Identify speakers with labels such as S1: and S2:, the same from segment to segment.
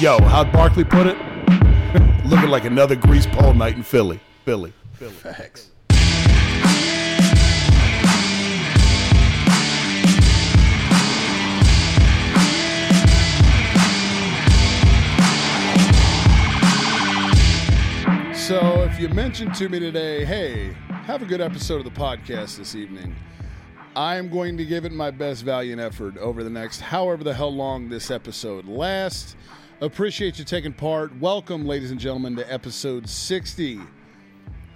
S1: Yo, how'd Barkley put it? Looking like another grease pole night in Philly. Philly. Philly.
S2: Facts. So, if you mentioned to me today, hey, have a good episode of the podcast this evening, I am going to give it my best value and effort over the next however the hell long this episode lasts. Appreciate you taking part. Welcome, ladies and gentlemen, to episode 60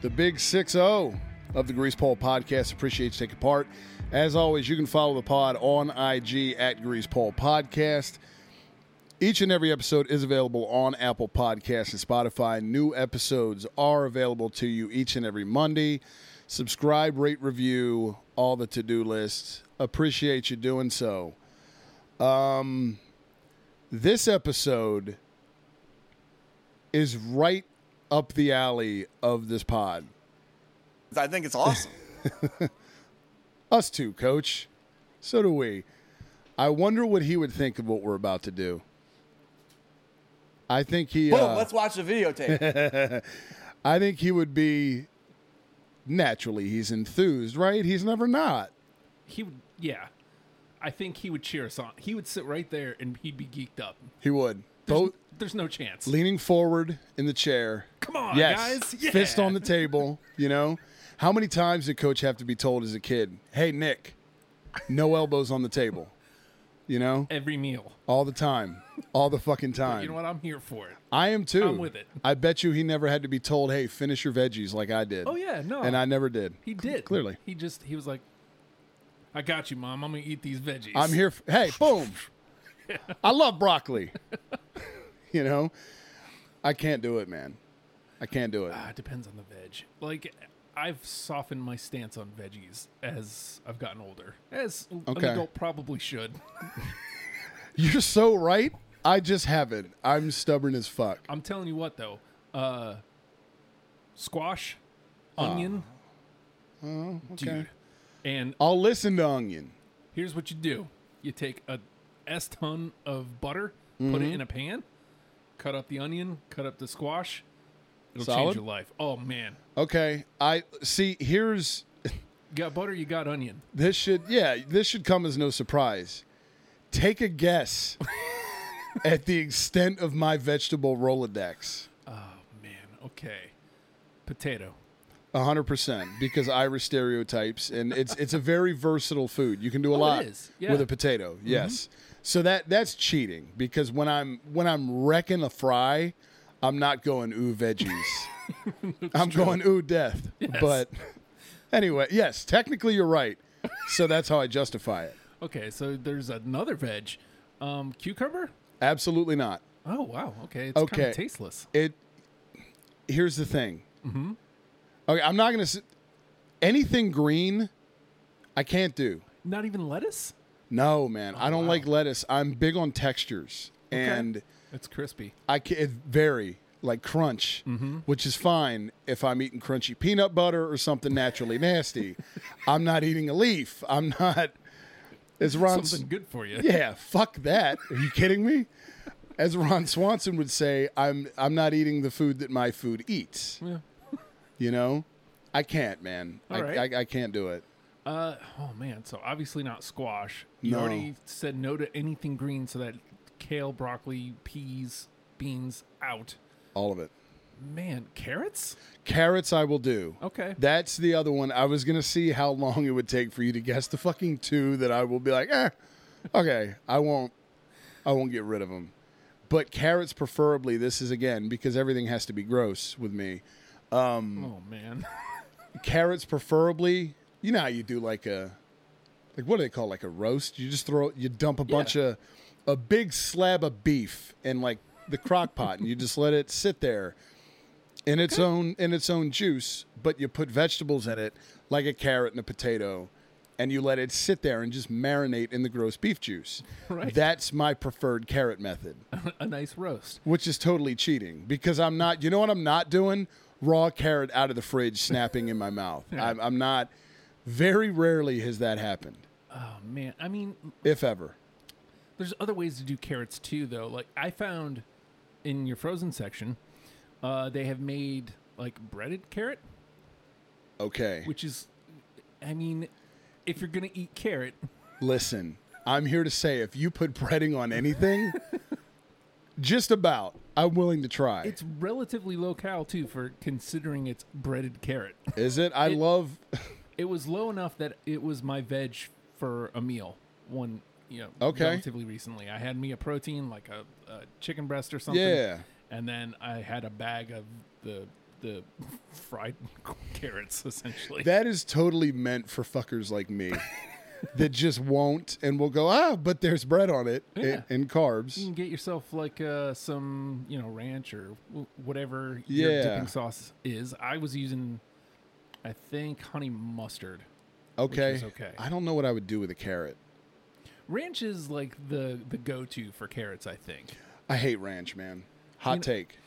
S2: the big 6-0 of the grease pole podcast appreciate you taking part as always you can follow the pod on ig at grease pole podcast each and every episode is available on apple Podcasts and spotify new episodes are available to you each and every monday subscribe rate review all the to-do lists appreciate you doing so um, this episode is right up the alley of this pod.
S3: I think it's awesome.
S2: Us too, coach. So do we. I wonder what he would think of what we're about to do. I think he
S3: Boom,
S2: uh,
S3: let's watch the videotape.
S2: I think he would be naturally he's enthused, right? He's never not.
S4: he would yeah i think he would cheer us on he would sit right there and he'd be geeked up
S2: He would.
S4: there's,
S2: Both
S4: there's no chance
S2: leaning forward in the chair.
S4: come on
S2: yes.
S4: guys yeah.
S2: Fist on the table, you know? How many times did coach have to be told as a kid, "Hey Nick, no elbows on the table." You know?
S4: every meal
S2: All the time. All the fucking time.
S4: you know what i'm here for it
S2: I am too.
S4: I'm with it.
S2: I bet you he never had to be told, "Hey, finish your veggies" like I did.
S4: oh yeah no
S2: And I never did.
S4: he did
S2: clearly.
S4: he just he was like i got you mom i'm gonna eat these veggies
S2: I'm here. f hey, boom. I love broccoli. you know, I can't do it, man. I can't do it.
S4: Ah, it depends on the veg like i've softened my stance on veggies as i've gotten older as
S2: Okay.
S4: an adult probably should
S2: You're so right. I just haven't. I'm stubborn as fuck.
S4: i'm telling you what though uh squash
S2: Ah.
S4: onion
S2: Oh,
S4: dude and
S2: I'll listen to onion.
S4: Here's what you do: you take a s ton of butter, put
S2: Mm-hmm.
S4: it in a pan, cut up the onion, cut up the squash. It'll
S2: Solid.
S4: change your life. Oh man,
S2: Okay. I see. Here's
S4: you got butter, you got onion.
S2: this should. Yeah, this should come as no surprise. Take a guess at the extent of my vegetable rolodex.
S4: Man, okay. Potato.
S2: A hundred percent, because Irish stereotypes, and it's it's a very versatile food. You can do a
S4: Oh, it
S2: lot
S4: is, yeah. Mm-hmm.
S2: with a potato. Yes, so that that's cheating because when I'm when I'm wrecking a fry, I'm not going ooh veggies. I'm going ooh death. But anyway, yes, technically you're right. So that's how I justify it.
S4: Okay, so there's another veg, um, cucumber.
S2: Absolutely not.
S4: Oh wow, okay, it's kind
S2: Okay.
S4: of tasteless.
S2: It. Here's the thing.
S4: Mm-hmm.
S2: Okay, I'm not gonna s- anything green. I can't do.
S4: Not even lettuce.
S2: No, man. I
S4: Oh,
S2: don't like lettuce. I'm big on textures. And
S4: It's crispy.
S2: I can it vary like crunch,
S4: Mm-hmm.
S2: which is fine if I'm eating crunchy peanut butter or something naturally nasty. I'm not eating a leaf. I'm not as Ron
S4: Something good for you.
S2: Yeah, fuck that. Are you kidding me? As Ron Swanson would say, I'm I'm not eating the food that my food eats.
S4: Yeah.
S2: You know? I can't, man. I,
S4: All right.
S2: I, I can't do it.
S4: Uh, oh man, so obviously not squash. You
S2: No.
S4: already said no to anything green, so that kale, broccoli, peas, beans out.
S2: All of it.
S4: Man, carrots?
S2: Carrots I will do.
S4: Okay.
S2: That's the other one. I was gonna see how long it would take for you to guess the fucking two that I will be like, eh, okay, I won't, I won't get rid of them. But carrots, preferably. This is again because everything has to be gross with me.
S4: oh man.
S2: Carrots, preferably. You know how you do like a, like what do they call like a roast? You just throw, you dump a bunch of a big slab of beef in like the crock pot and you just let it sit there in its own in its own juice, but you put vegetables in it like a carrot and a potato and you let it sit there and just marinate in the gross beef juice.
S4: Right.
S2: That's my preferred carrot method,
S4: a nice roast.
S2: which is totally cheating because I'm not you know what I'm not doing? Raw carrot out of the fridge snapping in my mouth. I'm, I'm not very rarely has that happened,
S4: Oh man, I mean,
S2: if ever.
S4: there's other ways to do carrots too, though. Like I found in your frozen section, uh, they have made like breaded carrot,
S2: Okay.
S4: which is, I mean, if you're gonna eat carrot,
S2: Listen, I'm here to say if you put breading on anything, just about, I'm willing to try.
S4: it's relatively low cal too for considering it's breaded carrot.
S2: Is it? I love.
S4: it was low enough that it was my veg for a meal one you know
S2: Okay.
S4: relatively recently i had me a protein like a, a chicken breast or something
S2: Yeah.
S4: and then i had a bag of the the fried carrots essentially
S2: That is totally meant for fuckers like me that just won't and will go, ah, but there's bread on it
S4: Yeah. Mm.
S2: and, and carbs.
S4: you can get yourself like uh, some you know ranch or w- whatever
S2: Yeah.
S4: your dipping sauce is i was using i think honey mustard
S2: Okay.
S4: is okay.
S2: I don't know what I would do with a carrot.
S4: ranch is like the the go-to for carrots i think
S2: I hate ranch, man. Hot take.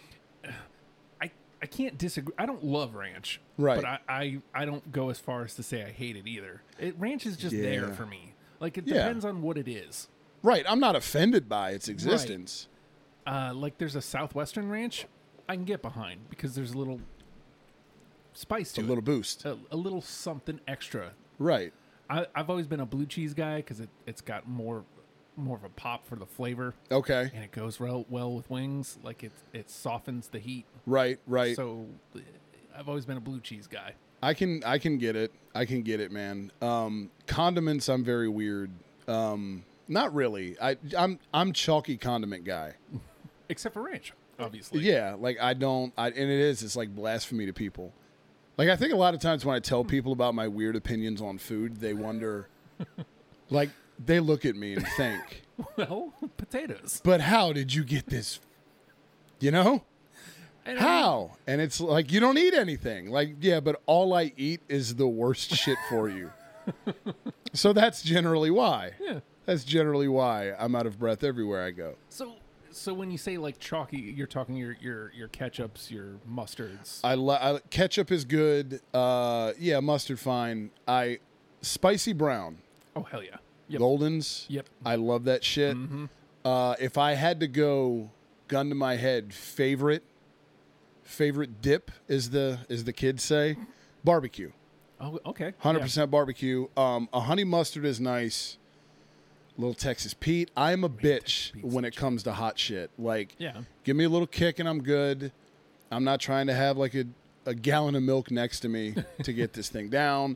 S4: I, I can't disagree. I don't love ranch,
S2: Right.
S4: But I, I I don't go as far as to say I hate it either. It, ranch is just there
S2: Yeah.
S4: for me. Like it
S2: Yeah.
S4: depends on what it is.
S2: Right. I'm not offended by its existence.
S4: Uh, like there's a southwestern ranch I can get behind because there's a little spice to
S2: A little
S4: it,
S2: boost.
S4: a, a little something extra.
S2: Right.
S4: I, I've always been a blue cheese guy because it it's got more more of a pop for the flavor
S2: Okay.
S4: and it goes real well with wings. Like it it softens the heat.
S2: Right. Right.
S4: So uh, I've always been a blue cheese guy.
S2: I can I can get it. I can get it, man. Um, condiments, I'm very weird. Um, not really. I I'm I'm chalky condiment guy.
S4: except for ranch, obviously.
S2: yeah, like I don't. I, and it is. It's like blasphemy to people. Like I think a lot of times when I tell people about my weird opinions on food, they wonder, like they look at me and think,
S4: Well, potatoes.
S2: "But how did you get this? You know
S4: And I mean,
S2: how?" And it's like you don't eat anything. Like yeah, but all I eat is the worst shit for you. so that's generally why.
S4: Yeah.
S2: That's generally why I'm out of breath everywhere I go.
S4: so, so when you say like chalky, you're talking your your your ketchups, your mustards.
S2: I, li- I ketchup is good. Uh, yeah, mustard fine. I spicy brown
S4: oh hell yeah. Yep.
S2: goldens.
S4: Yep. Mm-hmm.
S2: I love that shit. Uh, if I had to go gun to my head, favorite favorite dip is the is the kids say barbecue.
S4: Oh okay.
S2: Hundred
S4: Yeah.
S2: percent barbecue. Um, a honey mustard is nice. Little Texas Pete. I am a bitch
S4: Pete's
S2: when it comes to hot shit. Like,
S4: Yeah.
S2: give me a little kick and I'm good. I'm not trying to have like a, a gallon of milk next to me to get this thing down.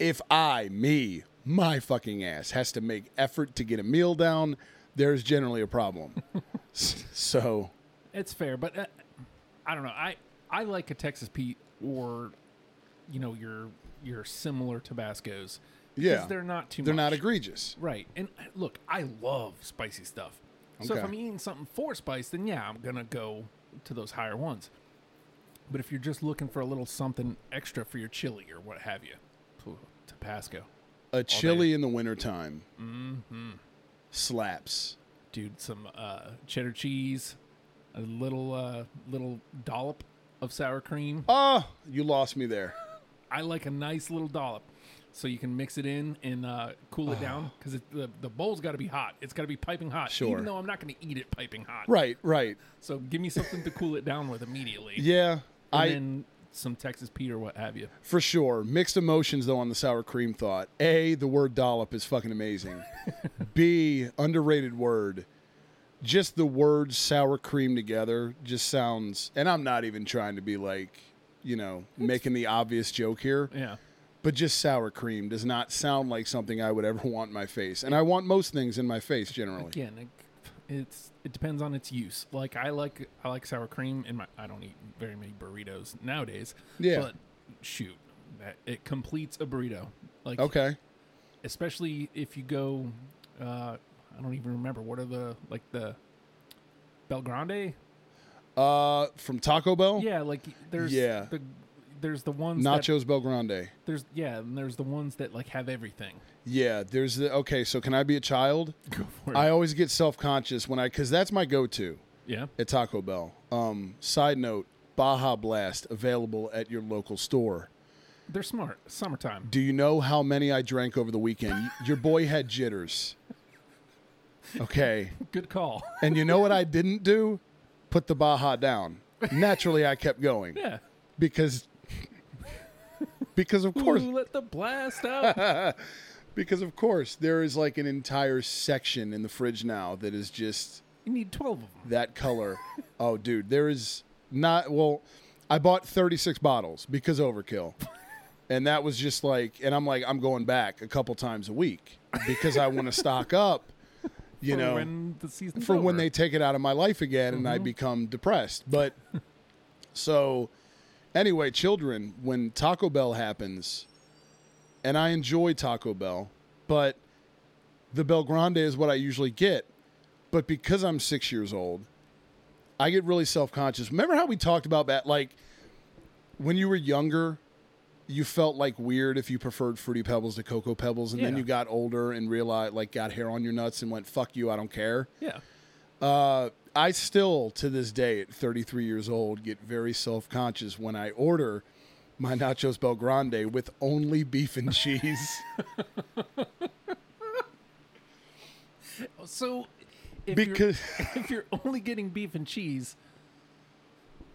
S2: If I, me, my fucking ass has to make effort to get a meal down, there's generally a problem. S- so,
S4: It's fair, but uh, I don't know. I I like a Texas Pete or you know your your similar Tabascos. 'cause
S2: Yeah.
S4: they're not too.
S2: they're not
S4: much.
S2: egregious.
S4: Right. And uh, look, I love spicy stuff. So if
S2: Okay.
S4: I'm eating something for spice, then yeah, I'm going to go to those higher ones. But if you're just looking for a little something extra for your chili or what have you, phew, Tabasco.
S2: A chili in the wintertime
S4: Mm-hmm.
S2: slaps.
S4: Dude, some uh, cheddar cheese, a little uh, little dollop of sour cream.
S2: Oh, you lost me there.
S4: I like a nice little dollop. So you can mix it in and uh, cool it down because the, the bowl's got to be hot. It's got to be piping hot.
S2: Ah. Sure.
S4: Even though I'm not going to eat it piping hot.
S2: Right, right.
S4: So give me something to cool it down with immediately.
S2: Yeah.
S4: and
S2: I
S4: then some Texas Pete or what have you.
S2: For sure. Mixed emotions, though, on the sour cream thought. A, the word dollop is fucking amazing. B, underrated word. Just the word sour cream together just sounds, and I'm not even trying to be like, you know, making the obvious joke here,
S4: Yeah.
S2: but just sour cream does not sound like something I would ever want in my face. And I want most things in my face generally.
S4: Again, it, it's it depends on its use. Like I like I like sour cream in my I don't eat very many burritos nowadays.
S2: Yeah.
S4: But shoot, that, it completes a burrito. Like
S2: Okay.
S4: especially if you go uh I don't even remember what are the like the Belgrande.
S2: Uh, from Taco Bell,
S4: Yeah, like there's
S2: Yeah.
S4: the there's the ones that
S2: nachos Belgrande.
S4: there's yeah, and there's the ones that like have everything.
S2: Yeah, there's the okay. So can I be a child?
S4: Go for it.
S2: I always get self conscious when I because that's my go to
S4: yeah.
S2: at Taco Bell. Um, side note: Baja Blast available at your local store.
S4: They're smart. Summertime.
S2: Do you know how many I drank over the weekend? Your boy had jitters. Okay.
S4: Good call.
S2: And you know what I didn't do? Put the Baja down. Naturally, I kept going
S4: yeah.
S2: because because of course
S4: Ooh, let the blast out.
S2: because of course there is like an entire section in the fridge now that is just
S4: you need 12 of them.
S2: that color. Oh, dude, there is not. Well, I bought 36 bottles because overkill. And that was just like, and I'm like, I'm going back a couple times a week because I want to stock up, you
S4: for
S2: know,
S4: when the season's
S2: for when
S4: over. Mm-hmm.
S2: they take it out of my life again and I become depressed. But so, anyway, children, when Taco Bell happens, and I enjoy Taco Bell, but the Bel Grande is what I usually get. But because I'm six years old, I get really self conscious. Remember how we talked about that? Like when you were younger, you felt like weird if you preferred fruity pebbles to cocoa pebbles, and then
S4: Yeah.
S2: you got older and realized, like, got hair on your nuts and went, "Fuck you, I don't care."
S4: Yeah.
S2: Uh, I still, to this day, at 33 years old, get very self conscious when I order my nachos Belgrande with only beef and cheese
S4: So if
S2: because
S4: you're, if you're only getting beef and cheese,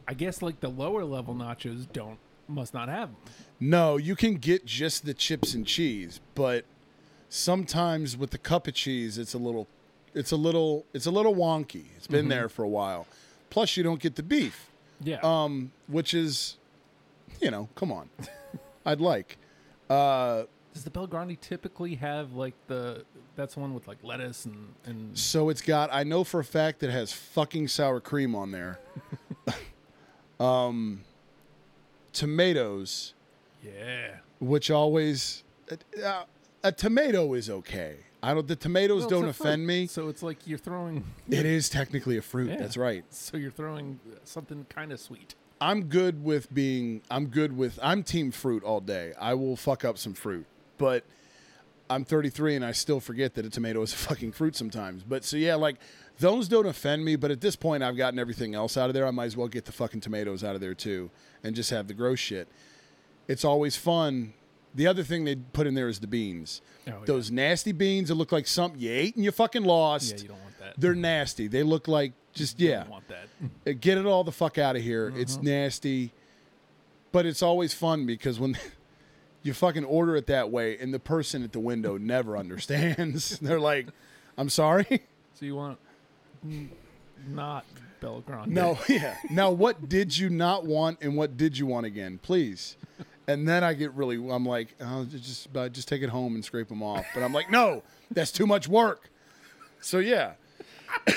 S4: I guess like the lower level nachos don't must not have them.
S2: no, you can get just the chips and cheese, but sometimes with the cup of cheese, it's a little, it's a little, it's a little wonky. It's been there for a while. Plus, you don't get the beef.
S4: Yeah.
S2: um, which is, you know, come on, I'd like.
S4: Does the Belgrande typically have like the that's the one with like lettuce and and
S2: So it's got. I know for a fact it has fucking sour cream on there. um, tomatoes,
S4: yeah.
S2: which always uh, a tomato is okay. I don't. The tomatoes
S4: Well, it's
S2: don't
S4: a fruit,
S2: offend me.
S4: So it's like you're throwing
S2: It is technically a fruit.
S4: Yeah.
S2: That's right.
S4: so you're throwing something kind of sweet.
S2: I'm good with being. I'm good with. I'm team fruit all day. I will fuck up some fruit, but I'm 33 and I still forget that a tomato is a fucking fruit sometimes. But so yeah, like those don't offend me. But at this point, I've gotten everything else out of there. I might as well get the fucking tomatoes out of there too, and just have the gross shit. It's always fun. The other thing they put in there is the beans.
S4: Oh, yeah.
S2: Those nasty beans that look like something you ate and you fucking lost.
S4: Yeah, you don't want that.
S2: They're nasty. They look like just yeah.
S4: You don't want that.
S2: Uh, get it all the fuck out of here. It's
S4: Mm-hmm.
S2: nasty, but it's always fun because when you fucking order it that way, and the person at the window never understands. They're like, "I'm sorry."
S4: So you want n- not Belgrande.
S2: No, yeah. Now, what did you not want, and what did you want again, please? And then I get really, I'm like, oh, j- just uh, just take it home and scrape them off. But I'm like, no, that's too much work. So yeah,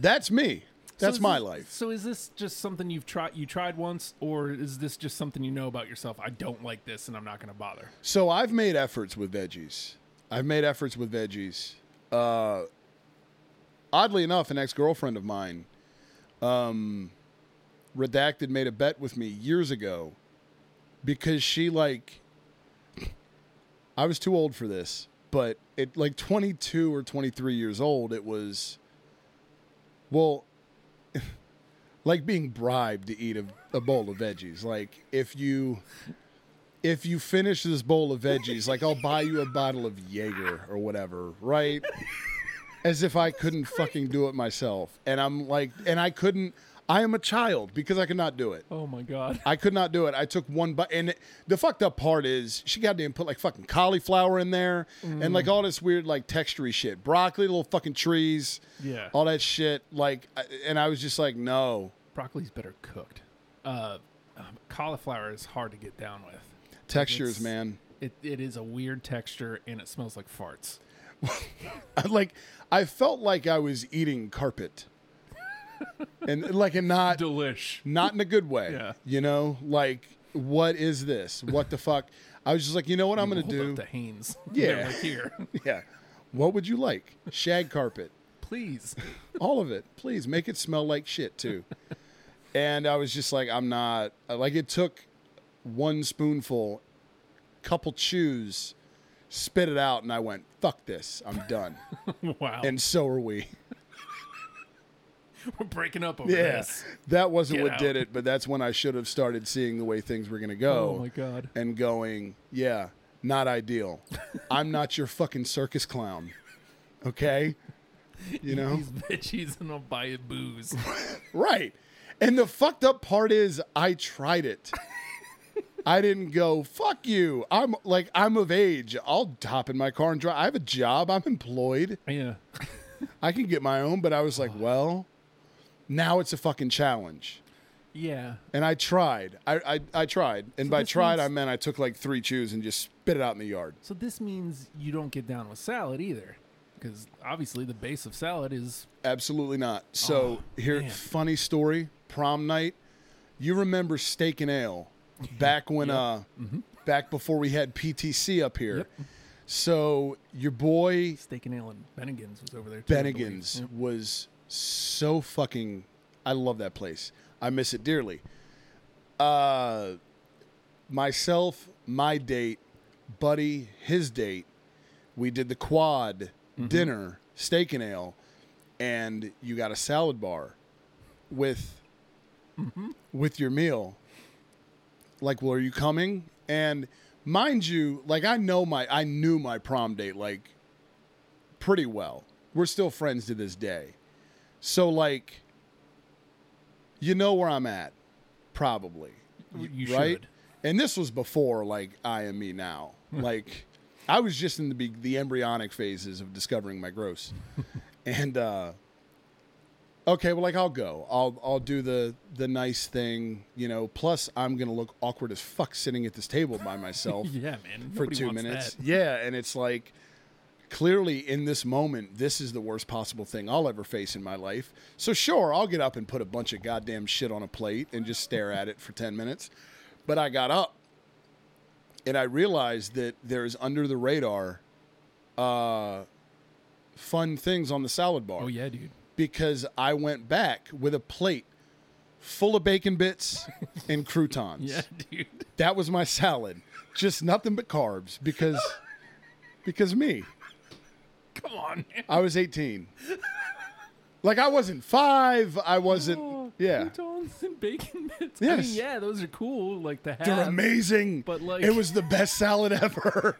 S2: that's me.
S4: So
S2: That's
S4: is
S2: my
S4: this-
S2: life.
S4: So is this just something you've tried you tried once or is this just something you know about yourself? I don't like this and I'm not going to bother.
S2: So I've made efforts with veggies. I've made efforts with veggies. Uh, oddly enough, an ex girlfriend of mine, um, redacted, made a bet with me years ago because she like. I was too old for this, but at like 22 or 23 years old, it was, well, like being bribed to eat a, a bowl of veggies. Like if you if you finish this bowl of veggies, like I'll buy you a bottle of Jaeger or whatever, right? As if I couldn't fucking do it myself. And I'm like, and I couldn't, I am a child because I could not do it.
S4: Oh my god.
S2: I could not do it. I took one bite, and the fucked up part is she goddamn put like fucking cauliflower in there, and like all this weird like textury shit, broccoli, little fucking trees,
S4: Yeah.
S2: all that shit. Like, I- and I was just like, no,
S4: Broccoli's better cooked. Uh um, cauliflower is hard to get down with.
S2: textures,
S4: It's-
S2: man.
S4: It, it is a weird texture and it smells like farts.
S2: like I felt like I was eating carpet, and like and not
S4: Delish.
S2: not in a good way.
S4: Yeah.
S2: You know, like what is this? What the fuck? I was just like, you know what I'm gonna
S4: Hold
S2: do?
S4: up to Haynes.
S2: Yeah.
S4: They're like, here.
S2: Yeah. What would you like? Shag carpet.
S4: Please.
S2: all of it. Please make it smell like shit too. and I was just like, I'm not like it took one spoonful, couple chews, spit it out, and I went, fuck this, I'm done.
S4: wow.
S2: and so are we.
S4: We're breaking up over this.
S2: that wasn't
S4: Get
S2: what
S4: out.
S2: did it, but that's when I should have started seeing the way things were gonna go.
S4: Oh my God.
S2: And going, yeah, not ideal. I'm not your fucking circus clown. Okay? You know?
S4: These bitches and I'll buy you booze.
S2: Right. And the fucked up part is I tried it. I didn't go, fuck you. I'm like, I'm of age. I'll hop in my car and drive. I have a job. I'm employed.
S4: yeah.
S2: I can get my own. But I was like, well, now it's a fucking challenge.
S4: Yeah.
S2: And I tried. I, I, I tried. And
S4: So
S2: by
S4: this
S2: tried,
S4: means-
S2: I meant I took like three chews and just spit it out in the yard.
S4: So this means you don't get down with salad either. Because obviously the base of salad is
S2: Absolutely not. So here,
S4: Oh, man.
S2: funny story. Prom night. You remember steak and ale back when uh, back before we had PTC up here.
S4: Mm-hmm. Yep.
S2: So your boy
S4: steak and ale and Bennigan's was over there. Too, I believe.
S2: Bennigan's
S4: Yep.
S2: was so fucking. I love that place. I miss it dearly. Uh, myself, my date, buddy, his date. We did the quad dinner, steak and ale, and you got a salad bar with with your meal. Like, well, are you coming? And mind you, like I know my I knew my prom date like pretty well. We're still friends to this day. So like you know where I'm at probably,
S4: You- you
S2: right?
S4: should.
S2: And this was before like I am me now. like I was just in the be- the embryonic phases of discovering my gross. and uh okay, well like I'll go. I'll I'll do the the nice thing, you know. Plus I'm going to look awkward as fuck sitting at this table by myself
S4: Yeah, man.
S2: for
S4: Nobody
S2: 2
S4: wants
S2: minutes.
S4: that.
S2: Yeah, and it's like clearly in this moment this is the worst possible thing I'll ever face in my life. So sure, I'll get up and put a bunch of goddamn shit on a plate and just stare at it for 10 minutes. But I got up and I realized that there is under the radar uh fun things on the salad bar
S4: Oh yeah, dude.
S2: because I went back with a plate full of bacon bits and croutons.
S4: Yeah, dude.
S2: That was my salad. Just nothing but carbs because because me.
S4: Come on, man.
S2: I was 18. Like I wasn't 5, I
S4: Oh,
S2: wasn't yeah.
S4: Croutons and bacon bits. I
S2: Yes.
S4: mean, yeah, those are cool. Like the
S2: They're
S4: have.
S2: amazing.
S4: But, like-
S2: it was the best salad ever.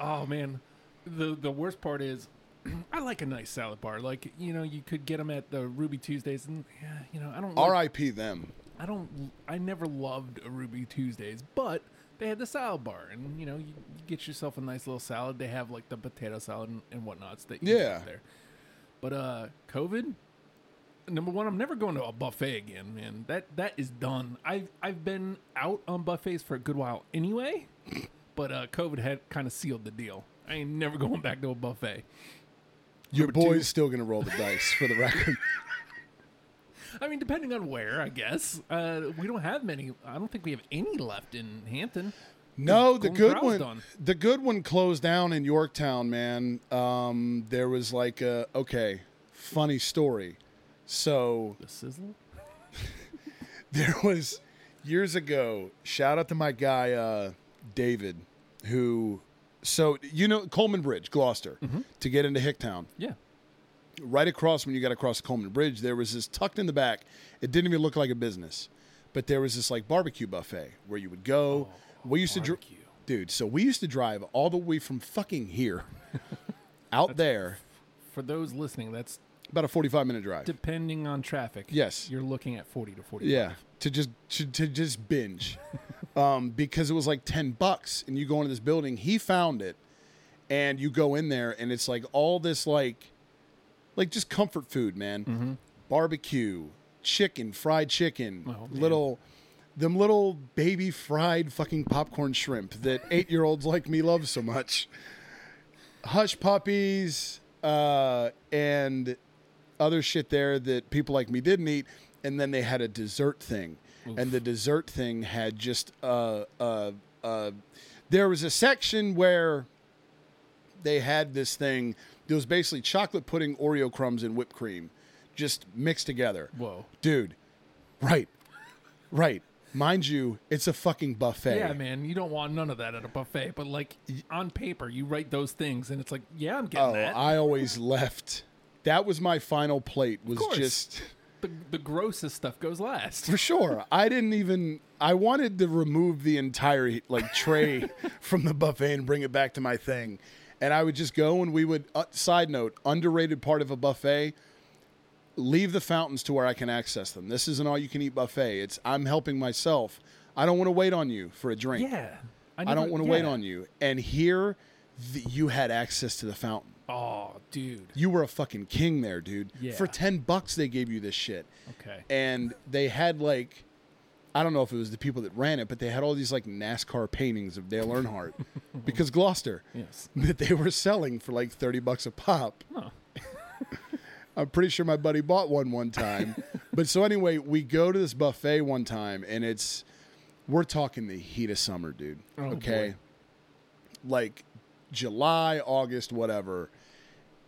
S4: Oh man, the the worst part is, I like a nice salad bar. Like you know, you could get them at the Ruby Tuesdays, and yeah, you know, I don't. like-
S2: RIP them.
S4: I don't. I never loved a Ruby Tuesdays, but they had the salad bar, and you know, you, you get yourself a nice little salad. They have like the potato salad and, and whatnots that you
S2: Yeah.
S4: get there. But uh, COVID. Number one, I'm never going to a buffet again, man. That that is done. I've I've been out on buffets for a good while anyway, but uh, COVID had kind of sealed the deal. I ain't never going back to a buffet.
S2: Your
S4: Number two-
S2: boy's still going to roll the dice for the record.
S4: I mean, depending on where, I guess. Uh, we don't have many. I don't think we have any left in Hampton.
S2: No, the
S4: Golden
S2: good
S4: Corral's
S2: one.
S4: done.
S2: The good one closed down in Yorktown, man. Um, there was like a okay, funny story. So
S4: The sizzle.
S2: there was years ago. Shout out to my guy uh, David, who. So you know Coleman Bridge, Gloucester, to get into Hicktown.
S4: Yeah.
S2: Right across when you got across Coleman Bridge, there was this tucked in the back. It didn't even look like a business, but there was this like barbecue buffet where you would go. we used to dr-
S4: barbecue.
S2: dude. So we used to drive all the way from fucking here out there,
S4: For those listening, that's
S2: about a forty-five minute drive.
S4: depending on traffic.
S2: Yes.
S4: You're looking at 40 to 45.
S2: Yeah, to just to, to just binge, um, because it was like ten bucks, and you go into this building. He found it, and you go in there, and it's like all this like, like just comfort food, man.
S4: Mm-hmm.
S2: Barbecue, chicken, fried chicken,
S4: Oh, man.
S2: little, them little baby fried fucking popcorn shrimp that eight year olds like me love so much. Hush puppies, uh, and other shit there that people like me didn't eat. And then they had a dessert thing, and the dessert thing had just a, a, uh, there was a section where they had this thing. It was basically chocolate pudding, Oreo crumbs, and whipped cream, just mixed together.
S4: Whoa.
S2: dude! Right, right. Mind you, it's a fucking buffet.
S4: Yeah, man, you don't want none of that at a buffet, but like on paper, you write those things, and it's like, yeah, I'm getting
S2: Oh,
S4: that.
S2: I always left. That was my final plate. Was
S4: course.
S2: just
S4: the, the grossest stuff goes last.
S2: for sure. I didn't even. I wanted to remove the entire like tray from the buffet and bring it back to my thing, and I would just go and we would. Uh, side note: underrated part of a buffet. Leave the fountains to where I can access them. This is an all-you-can-eat buffet. It's I'm helping myself. I don't want to wait on you for a drink.
S4: Yeah,
S2: I don't want to wait on you. And here, th- you had access to the fountain.
S4: Oh, dude.
S2: You were a fucking king there, dude.
S4: Yeah.
S2: For 10 bucks, they gave you this shit.
S4: Okay.
S2: And they had like, I don't know if it was the people that ran it, but they had all these like NASCAR paintings of Dale Earnhardt because Gloucester
S4: Yes.
S2: that they were selling for like 30 bucks a pop. I'm pretty sure my buddy bought one one time. but so anyway, we go to this buffet one time and it's, we're talking the heat of summer, dude. okay. Like July, August, whatever.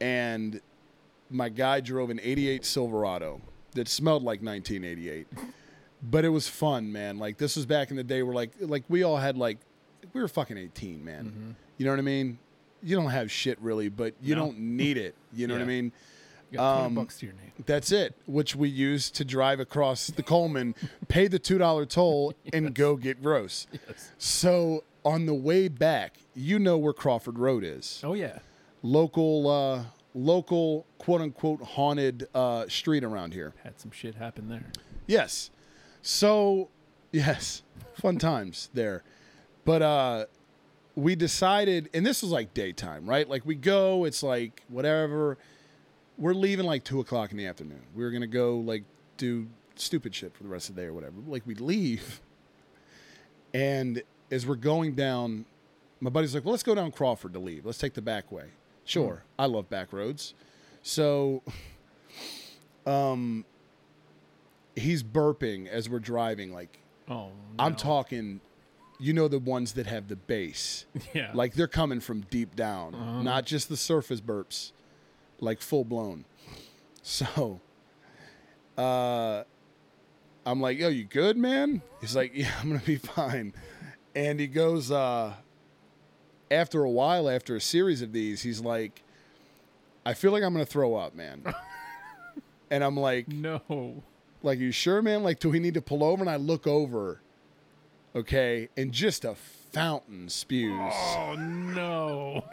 S2: And my guy drove an 88 Silverado that smelled like 1988. But it was fun, man. Like this was back in the day where like like we all had like we were fucking 18, man. You know what I mean? You don't have shit really, but you
S4: Mm-hmm. No.
S2: don't need it. You know what I
S4: Yeah.
S2: mean?
S4: You got
S2: um,
S4: 20 bucks to your name.
S2: That's it, which we used to drive across the Coleman, pay the $2 toll, and go get gross. So on the way back, you know where Crawford Road is.
S4: Oh, yeah.
S2: Local, uh, local quote unquote haunted uh, street around here.
S4: Had some shit happen there.
S2: Yes. So, yes, fun times there. But uh we decided and this was like daytime, right? Like we go, it's like whatever. We're leaving like two o'clock in the afternoon. We were gonna go like do stupid shit for the rest of the day or whatever. Like we leave. And as we're going down, my buddy's like, Well, let's go down Crawford to leave. Let's take the back way. Sure. I love back roads. So he's burping as we're driving, like
S4: Oh,
S2: I'm
S4: no.
S2: talking, you know, the ones that have the bass.
S4: Yeah.
S2: Like they're coming from deep down, not just the surface burps, like full blown. So uh, I'm like, yo, you good, man? He's like, yeah, I'm going to be fine. And he goes, uh, after a while, after a series of these, he's like, I feel like I'm going to throw up, man. and I'm like,
S4: No.
S2: like, you sure, man? Like, do we need to pull over? And I look over, okay, and just a fountain spews
S4: Oh, no.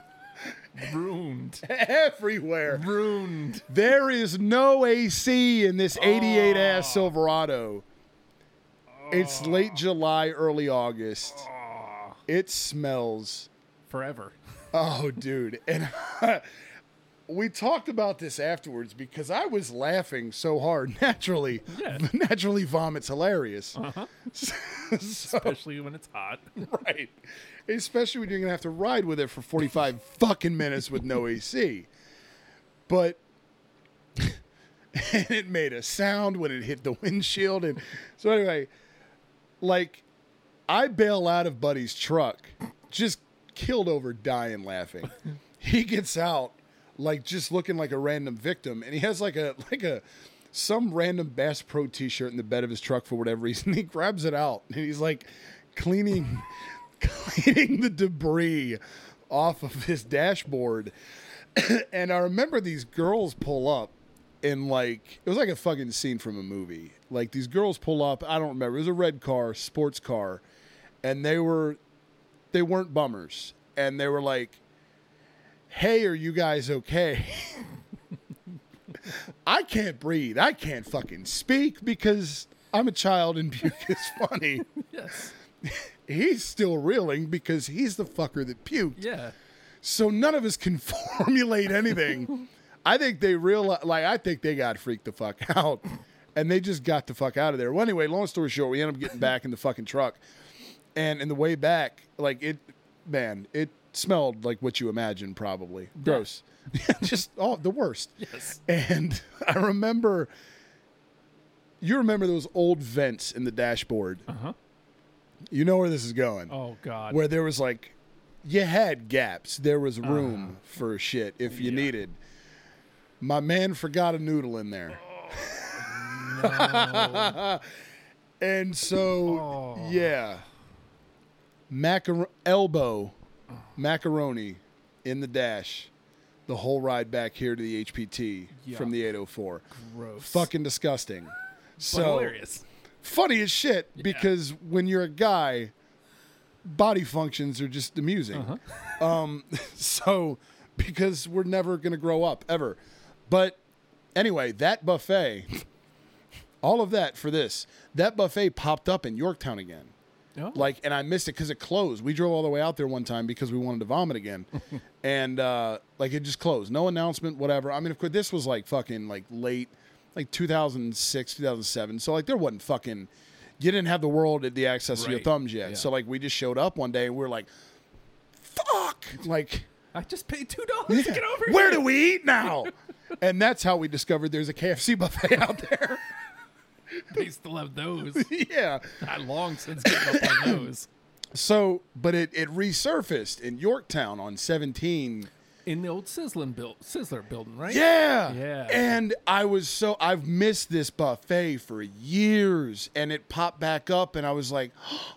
S4: Ruined.
S2: everywhere.
S4: Ruined.
S2: There is no AC in this 88 ass
S4: Oh.
S2: Silverado. It's late July, early August.
S4: Oh.
S2: It smells.
S4: Forever.
S2: Oh, dude. And we talked about this afterwards because I was laughing so hard. Naturally,
S4: Yeah. Uh-huh.
S2: naturally, vomit's hilarious. so,
S4: Especially when it's hot.
S2: right. Especially when you're going to have to ride with it for 45 fucking minutes with no AC. But and it made a sound when it hit the windshield and so anyway, like I bail out of Buddy's truck, just killed over dying laughing. He gets out like just looking like a random victim and he has like a like a some random Bass Pro t-shirt in the bed of his truck for whatever reason. He grabs it out and he's like cleaning cleaning the debris off of his dashboard. and I remember these girls pull up and like it was like a fucking scene from a movie. Like these girls pull up, I don't remember. It was a red car, sports car, and they were they weren't bummers. And they were like, "Hey, are you guys okay?" I can't breathe. I can't fucking speak because I'm a child and puke is funny.
S4: Yes.
S2: he's still reeling because he's the fucker that puked.
S4: Yeah.
S2: So none of us can formulate anything. I think they realized, like, I think they got freaked the fuck out and they just got the fuck out of there. Well, anyway, long story short, we end up getting back in the fucking truck. And in the way back, like, it, man, it smelled like what you imagine, probably. Gross. just all the worst.
S4: Yes.
S2: And I remember, you remember those old vents in the dashboard. Uh huh. You know where this is going.
S4: Oh God.
S2: where there was like you had gaps there was
S4: Uh-huh.
S2: room for shit if you needed my man forgot a noodle in there and so yeah Macar- elbow macaroni in the dash the whole ride back here to the hpt from the 804
S4: Gross.
S2: fucking disgusting so
S4: But hilarious.
S2: funny as shit because when you're a guy, body functions are just amusing. Um, so because we're never gonna grow up ever. But anyway, that buffet, all of that for this, that buffet popped up in Yorktown again.
S4: No?
S2: Like, and I missed it because it closed. We drove all the way out there one time because we wanted to vomit again, and uh, like it just closed. No announcement, whatever. I mean, of course, this was like fucking like late, like 2006, 2007. So like there wasn't fucking, you didn't have the world at the access of your
S4: Right.
S2: thumbs yet.
S4: Yeah.
S2: So like we just showed up one day and we were like, fuck, like
S4: I just paid two dollars to get over
S2: where
S4: here.
S2: do we eat now? and that's how we discovered there's a KFC buffet out there.
S4: They still have those.
S2: yeah.
S4: I long since given up on those.
S2: So, but it it resurfaced in Yorktown on 17-
S4: In the old Sizzlin build, Sizzler building, right?
S2: Yeah.
S4: Yeah.
S2: And I was so I've missed this buffet for years and it popped back up and I was like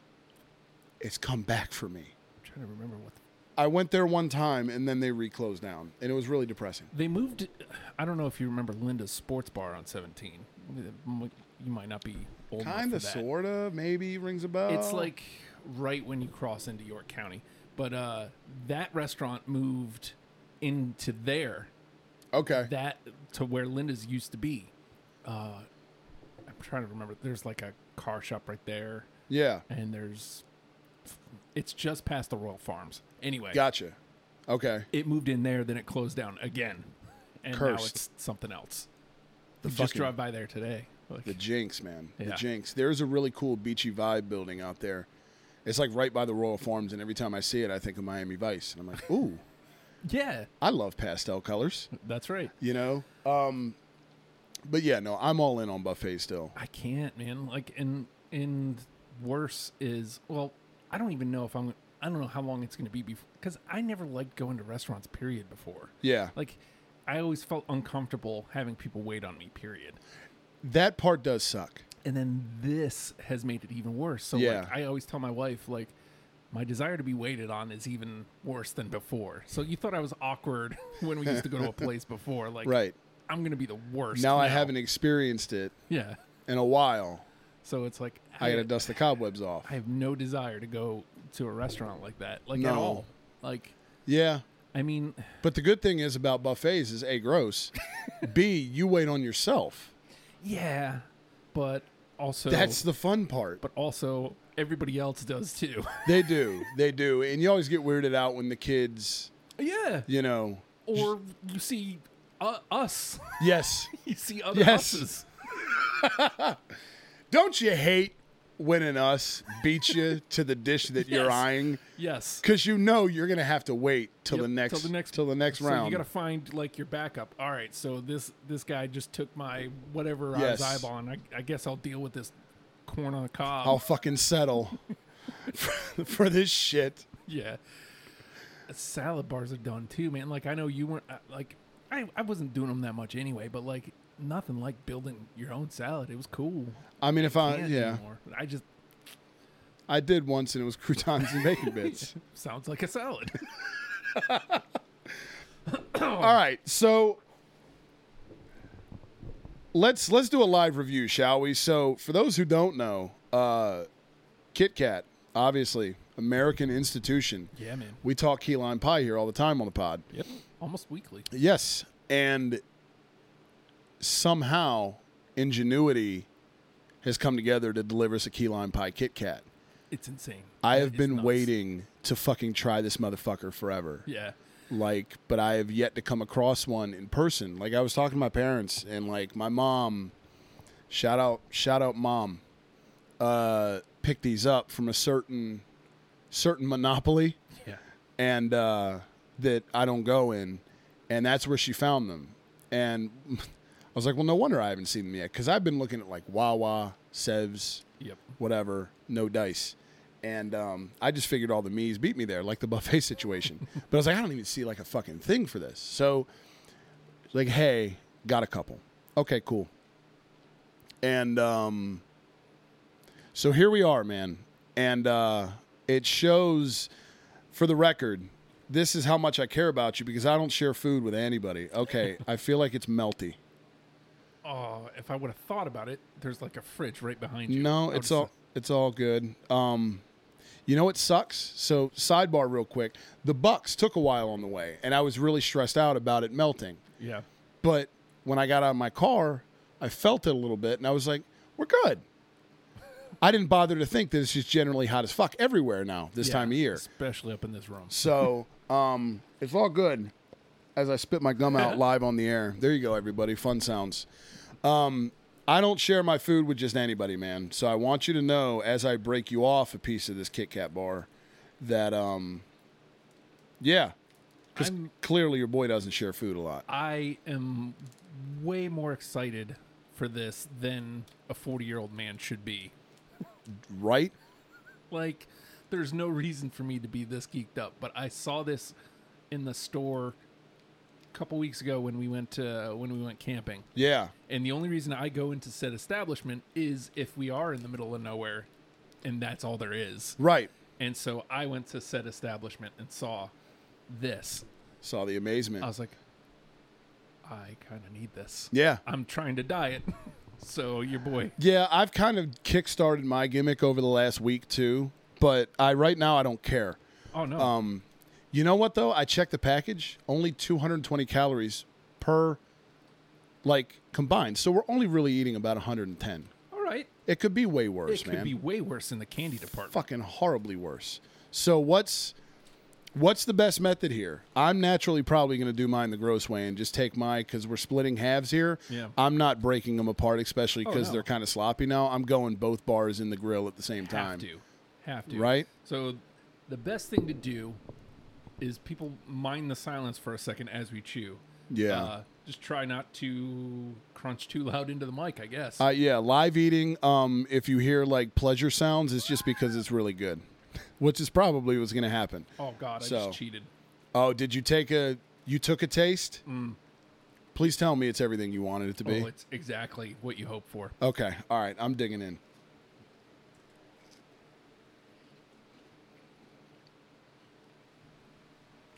S2: it's come back for me.
S4: I'm trying to remember what the-
S2: I went there one time and then they reclosed down and it was really depressing.
S4: they moved. I don't know if you remember Linda's Sports Bar on 17. You might not be old. enough
S2: Kind
S4: for
S2: of
S4: that.
S2: sort of maybe rings a bell.
S4: It's like right when you cross into York County. But uh, that restaurant moved into there,
S2: okay.
S4: that to where Linda's used to be. Uh, I'm trying to remember. There's like a car shop right there,
S2: yeah.
S4: and there's it's just past the Royal Farms. Anyway,
S2: Gotcha. Okay.
S4: it moved in there, then it closed down again, and now
S2: Cursed.
S4: it's something else. The just
S2: fucking-
S4: drive by there today. Like,
S2: The Jinx, man. The
S4: Yeah.
S2: Jinx. There's a really cool beachy vibe building out there. It's like right by the Royal Farms and every time I see it I think of Miami Vice and I'm like, "Ooh,
S4: yeah,
S2: I love pastel colors."
S4: that's right.
S2: you know um but yeah no i'm all in on buffet still
S4: I can't, man. Like, and and worse is, well, I don't even know if I'm. I don't know how long it's going to be before because I never liked going to restaurants. Period. Before,
S2: yeah
S4: like, I always felt uncomfortable having people wait on me. Period.
S2: that part does suck
S4: And then this has made it even worse. So,
S2: Yeah.
S4: like, I always tell my wife, like, my desire to be waited on is even worse than before. So you thought I was awkward when we used to go to a place before, like,
S2: right
S4: I'm going to be the worst.
S2: now i haven't experienced it
S4: Yeah.
S2: in a while
S4: So it's like
S2: i gotta dust the cobwebs off
S4: I have no desire to go to a restaurant like that, like at
S2: No.
S4: all. Like,
S2: yeah
S4: I mean,
S2: but the good thing is about buffets is a gross b you wait on yourself
S4: yeah, but also
S2: that's the fun part
S4: but also everybody else does too.
S2: they do they do and you always get weirded out when the kids
S4: yeah,
S2: you know
S4: or you see uh, us,
S2: yes
S4: you see other
S2: Yes.
S4: uses.
S2: don't you hate when an us beats you to the dish that you're
S4: Yes.
S2: eyeing
S4: Yes.
S2: Because you know you're gonna have to wait till
S4: Yep,
S2: the next
S4: till the next
S2: till the next
S4: so
S2: round.
S4: you got to find like your backup. All right, so this this guy just took my whatever I
S2: Yes.
S4: was eyeballing. I, I guess I'll deal with this corn on the cob.
S2: I'll fucking settle for, for this shit.
S4: Yeah. Salad bars are done too, man. Like I know you weren't I- like I, I wasn't doing them that much anyway, but like nothing like building your own salad. It was cool.
S2: I mean, if I
S4: Can't
S2: Uh, yeah,
S4: anymore. I just
S2: I did once and it was croutons and bacon bits.
S4: sounds like a salad.
S2: All right, so let's let's do a live review, shall we? So for those who don't know, uh, Kit Kat, obviously American institution.
S4: yeah, man.
S2: We talk key lime pie here all the time on the pod.
S4: Yep. Almost weekly.
S2: Yes, and somehow ingenuity has come together to deliver us a key lime pie Kit Kat.
S4: It's insane.
S2: I
S4: It
S2: have
S4: is
S2: been
S4: nuts.
S2: waiting to fucking try this motherfucker forever.
S4: Yeah.
S2: Like, but I have yet to come across one in person. Like I was talking to my parents and like my mom, shout out, shout out mom, uh, picked these up from a certain certain monopoly
S4: Yeah.
S2: and uh, that I don't go in, and that's where she found them. And I was like, well, no wonder I haven't seen them yet because I've been looking at like Wawa, Sevs,
S4: Yep.
S2: whatever, no dice, And um, I just figured all the me's beat me there, like the buffet situation. but I was like, I don't even see like a fucking thing for this. So, like, hey, got a couple. Okay, cool. And um, so here we are, man. And uh, it shows, for the record, this is how much I care about you because I don't share food with anybody. Okay, I feel like it's melty.
S4: Oh, if I would have thought about it, there's like a fridge right behind you. I
S2: No,
S4: would've
S2: it's all it's all good. Um, you know what sucks? So sidebar real quick. The Bucks took a while on the way, and I was really stressed out about it melting.
S4: said- Yeah.
S2: But when I got out of my car, I felt it a little bit, and I was like, "We're good." I didn't bother to think that it's just generally hot as fuck everywhere now this
S4: Yeah,
S2: time of year.
S4: especially up in this room.
S2: So um, it's all good. As I spit my gum out live on the air. There you go, everybody. Fun sounds. Um, I don't share my food with just anybody, man. So I want you to know as I break you off a piece of this Kit Kat bar that, um, yeah, because
S4: I'm-
S2: clearly your boy doesn't share food a lot.
S4: I am way more excited for this than a 40 year old man should be.
S2: Right?
S4: Like, there's no reason for me to be this geeked up, but I saw this in the store a couple weeks ago when we went to when we went camping.
S2: Yeah.
S4: And the only reason I go into said establishment is if we are in the middle of nowhere and that's all there is.
S2: Right.
S4: And so I went to said establishment and saw this.
S2: Saw the amazement.
S4: I was like, I kind of need this.
S2: yeah.
S4: I'm trying to diet. So your boy.
S2: Yeah, I've kind of kickstarted my gimmick over the last week, too. But I right now, I don't care.
S4: Oh no.
S2: Um, you know what though? I checked the package. Only 220 calories per, like combined. So we're only really eating about 110.
S4: All right.
S2: It could be way worse,
S4: It
S2: man.
S4: could be way worse in the candy department.
S2: Fucking horribly worse. So what's what's the best method here? I'm naturally probably going to do mine the gross way and just take my because we're splitting halves here.
S4: Yeah.
S2: I'm not breaking them apart, especially
S4: Oh,
S2: because
S4: no.
S2: they're kind of sloppy now. I'm going both bars in the grill at the same
S4: Have
S2: time.
S4: to. Have to.
S2: Right?
S4: So the best thing to do is people mind the silence for a second as we chew.
S2: Yeah.
S4: Uh, just try not to crunch too loud into the mic, I guess.
S2: Uh, yeah, live eating. Um, if you hear like pleasure sounds, it's just because it's really good, which is probably what's going to happen.
S4: oh God, I
S2: so-
S4: just cheated.
S2: Oh, did you take a? You took a taste. Please tell me it's everything you wanted it to be.
S4: Well, Oh, it's exactly what you hope for.
S2: okay, all right, I'm digging in.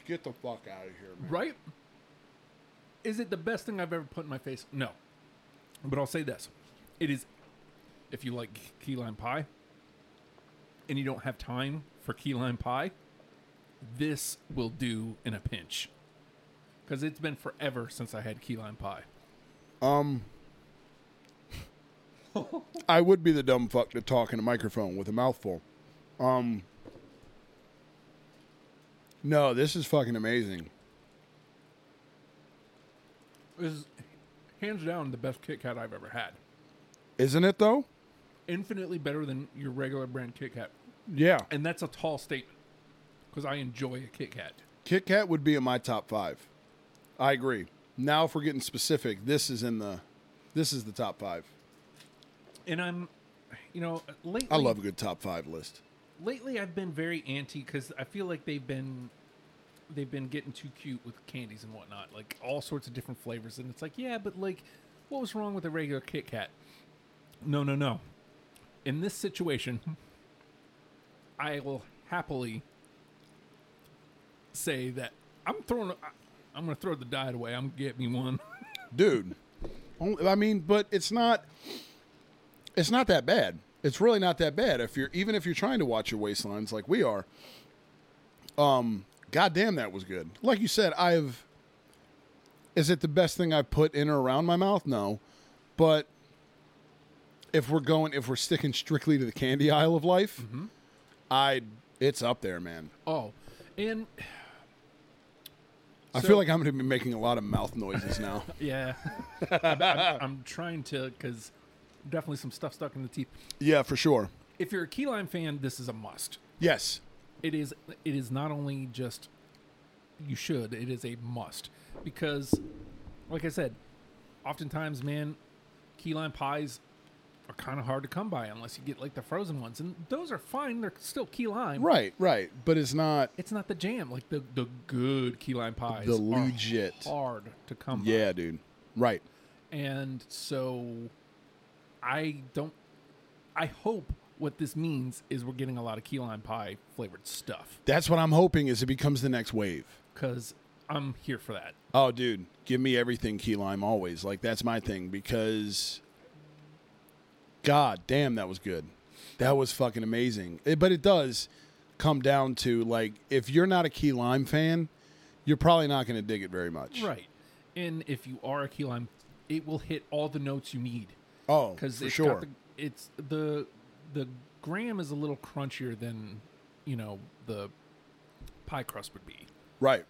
S2: Get the fuck out of here, man!
S4: Right? Is it the best thing I've ever put in my face? No. But I'll say this. It is if you like key lime pie and you don't have time for key lime pie, this will do in a pinch. Cuz it's been forever since I had key lime pie.
S2: I would be the dumb fuck to talk in a microphone with a mouthful. Um, no, this is fucking amazing.
S4: This is hands down the best Kit Kat I've ever had.
S2: Isn't it though?
S4: Infinitely better than your regular brand Kit Kat.
S2: Yeah.
S4: And that's a tall statement cuz I enjoy a Kit Kat.
S2: Kit Kat would be in my top five. I agree. Now if we're getting specific, this is in the this is the top five.
S4: And I'm you know, lately
S2: I love a good top five list.
S4: lately I've been very anti because I feel like they've been they've been getting too cute with candies and whatnot, like all sorts of different flavors, and it's like, yeah, but like, what was wrong with a regular Kit Kat? No, no, no. In this situation, I will happily say that I'm throwing. I- I'm gonna throw the diet away. I'm gonna get me one.
S2: Dude. only- I mean, but it's not it's not that bad. It's really not that bad if you're even if you're trying to watch your waistlines like we are. Um goddamn that was good. Like you said, I've is it the best thing I've put in or around my mouth? No. But if we're going if we're sticking strictly to the candy aisle of life, I it's up there, man.
S4: Oh, and
S2: I
S4: So-
S2: feel like I'm going to be making a lot of mouth noises now.
S4: yeah, I'm, I'm- I'm trying to because definitely some stuff stuck in the teeth.
S2: yeah, for sure.
S4: if you're a key lime fan, this is a must.
S2: Yes.
S4: It is it is not only just you should, it is a must. Because like I said, oftentimes, man, key lime pies are kind of hard to come by unless you get like the frozen ones, and those are fine. They're still key lime.
S2: Right, right. But it's not.
S4: It's not the jam like the the good key lime pies.
S2: The
S4: are
S2: legit.
S4: hard to come. by.
S2: Yeah, dude. Right.
S4: And so I don't I hope what this means is we're getting a lot of key lime pie flavored stuff
S2: That's what I'm hoping is it becomes the next wave.
S4: cuz I'm here for that.
S2: Oh, dude, give me everything key lime always. Like that's my thing because God damn, that was good. That was fucking amazing. It- but it does come down to like if you're not a key lime fan, you're probably not going to dig it very much.
S4: Right. And if you are a key lime, it will hit all the notes you need
S2: Oh, for
S4: cuz it's
S2: sure.
S4: got the it's the the graham is a little crunchier than, you know, the pie crust would be.
S2: right.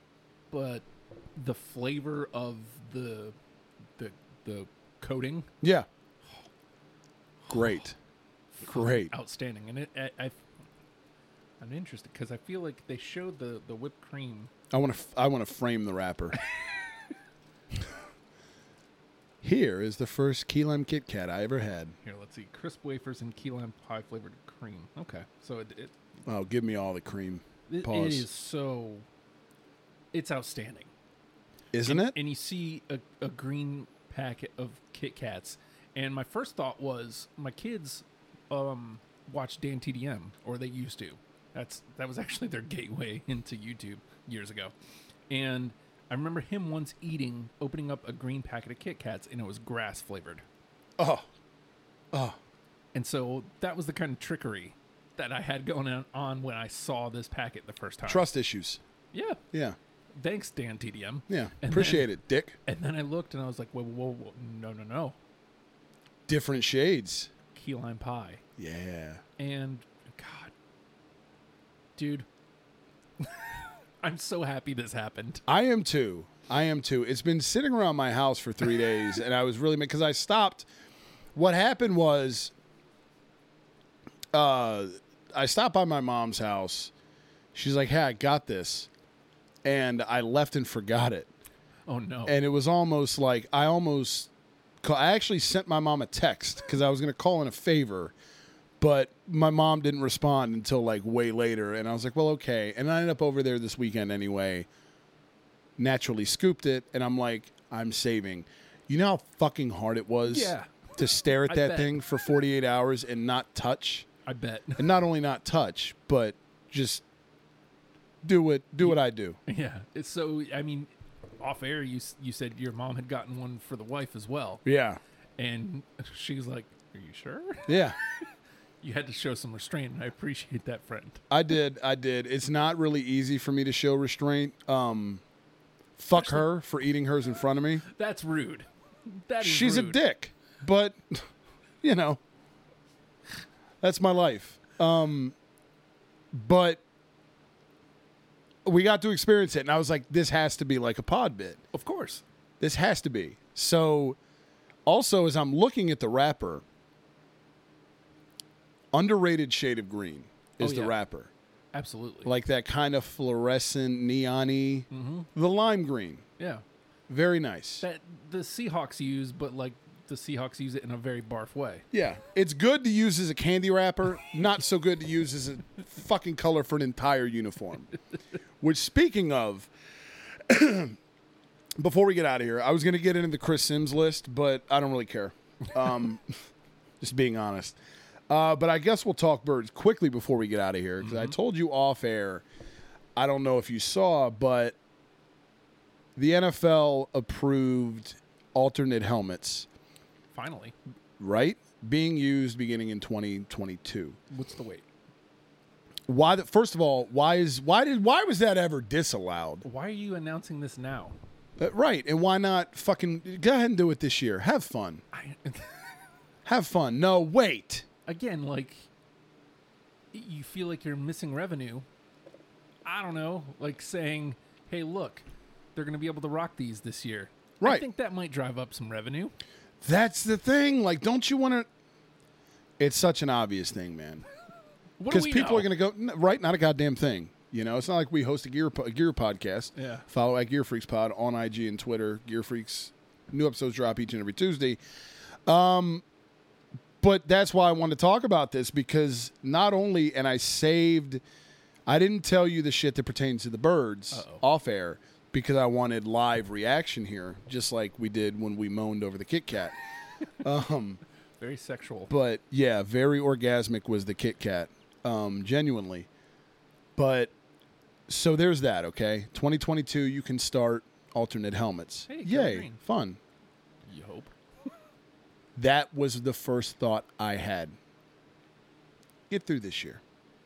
S4: But the flavor of the the the coating
S2: Yeah. Great. Great.
S4: outstanding, and it I, I I'm interested because I feel like they showed the the whipped cream.
S2: I want to. I want to frame the wrapper. Here is the first key lime Kit Kat I ever had.
S4: Here, let's see, crisp wafers and key lime pie flavored cream. Okay, so it it,
S2: Oh, give me all the cream.
S4: it, it
S2: Pause.
S4: is so it's outstanding,
S2: Isn't it?
S4: and you see a, a green packet of Kit Kats, and my first thought was my kids um watch Dan TDM or they used to. That's that was actually their gateway into YouTube years ago. And I remember him once eating, opening up a green packet of Kit Kats, and it was grass flavored.
S2: Oh,
S4: And so that was the kind of trickery that I had going on- on when I saw this packet the first time.
S2: trust issues.
S4: Yeah.
S2: Yeah,
S4: Thanks, Dan TDM.
S2: yeah.
S4: And
S2: Appreciate it, Dick.
S4: then- and then I looked and I was like, whoa, whoa, whoa, no, no, no.
S2: Different shades.
S4: Key lime pie.
S2: Yeah.
S4: And God, dude, I'm so happy this happened.
S2: I am too. I am too. It's been sitting around my house for three days, and I was really because I stopped. What happened was, uh, I stopped by my mom's house. She's like, "Hey, I got this," and I left and forgot it.
S4: Oh no.
S2: and it was almost like I almost ca- I actually sent my mom a text because I was going to call in a favor, but my mom didn't respond until like way later, and I was like, well, okay, and I ended up over there this weekend anyway. Naturally scooped it, and I'm like, I'm saving. You know how fucking hard it was
S4: Yeah.
S2: to stare at
S4: I
S2: that
S4: bet.
S2: thing for 48 hours and not touch,
S4: I bet.
S2: and not only not touch, but just do what do what I do.
S4: yeah. It's so, I mean, off air, you, s- you said your mom had gotten one for the wife as well.
S2: Yeah,
S4: And she's like, are you sure?
S2: yeah.
S4: You had to show some restraint, and I appreciate that, friend.
S2: I did. I did. It's not really easy for me to show restraint. Um, fuck her for eating hers in front of me.
S4: That's rude. That is
S2: She's a
S4: rude.
S2: dick, but you know, that's my life. Um, but we got to experience it, and I was like, this has to be like a pod bit.
S4: Of course.
S2: This has to be. So, also, as I'm looking at the wrapper, underrated shade of green is
S4: Oh,
S2: the
S4: yeah.
S2: wrapper
S4: Absolutely.
S2: like that kind of fluorescent neon-y the lime green
S4: yeah.
S2: very nice
S4: That the Seahawks use, but like the Seahawks use it in a very barf way.
S2: yeah it's good to use as a candy wrapper not so good to use as a fucking color for an entire uniform which speaking of before we get out of here i was going to get into the chris sims list but i don't really care um, just being honest uh, but i guess we'll talk birds quickly before we get out of here because i told you off air i don't know if you saw but the NFL approved alternate helmets,
S4: Finally.
S2: right? Being used beginning in 2022.
S4: What's the wait?
S2: Why the first of all, why is why did why was that ever disallowed?
S4: Why are you announcing this now?
S2: Uh, right, and why not fucking go ahead and do it this year? Have fun.
S4: I,
S2: Have fun. No, wait.
S4: again, like you feel like you're missing revenue. I don't know, like saying, "Hey, look, they're going to be able to rock these this year." I
S2: Right.
S4: think that might drive up some revenue.
S2: That's the thing. Like don't you want to It's such an obvious thing, man.
S4: What do
S2: Because
S4: we
S2: people
S4: know?
S2: are going to go "N- right, not a goddamn thing. You know, it's not like we host a gear po- a gear podcast.
S4: Yeah.
S2: Follow at Gear Freaks Pod on IG and Twitter. Gear Freaks new episodes drop each and every Tuesday. Um, but that's why I want to talk about this because not only and I saved I didn't tell you the shit that pertains to the birds off air because I wanted live reaction here, just like we did when we moaned over the Kit Kat.
S4: Very sexual.
S2: But yeah, very orgasmic was the Kit Kat, um, genuinely. But so there's that. Okay, 2022, you can start alternate helmets.
S4: Hey, color
S2: Yay,
S4: green.
S2: fun.
S4: you hope.
S2: That was the first thought I had. Get through this year,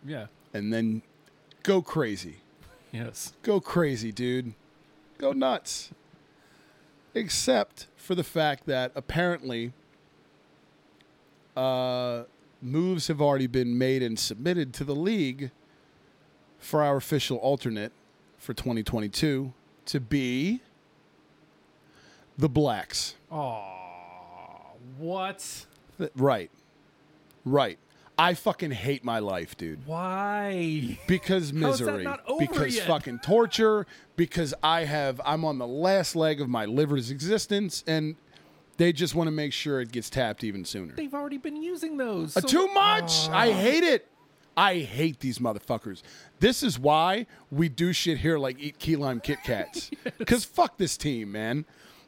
S4: Yeah.
S2: and then go crazy.
S4: Yes.
S2: Go crazy, dude. Go nuts. Except for the fact that apparently uh, moves have already been made and submitted to the league for our official alternate for 2022 to be the Blacks.
S4: Aw, what?
S2: Th- Right. Right. I fucking hate my life, dude.
S4: Why?
S2: because
S4: How is that
S2: misery
S4: not over
S2: because
S4: yet?
S2: fucking torture because i have i'm on the last leg of my liver's existence and they just want to make sure it gets tapped even sooner
S4: They've already been using those. so-
S2: Uh,
S4: uh,
S2: too much i hate it i hate these motherfuckers this is why we do shit here like eat key lime kit kats because fuck this team man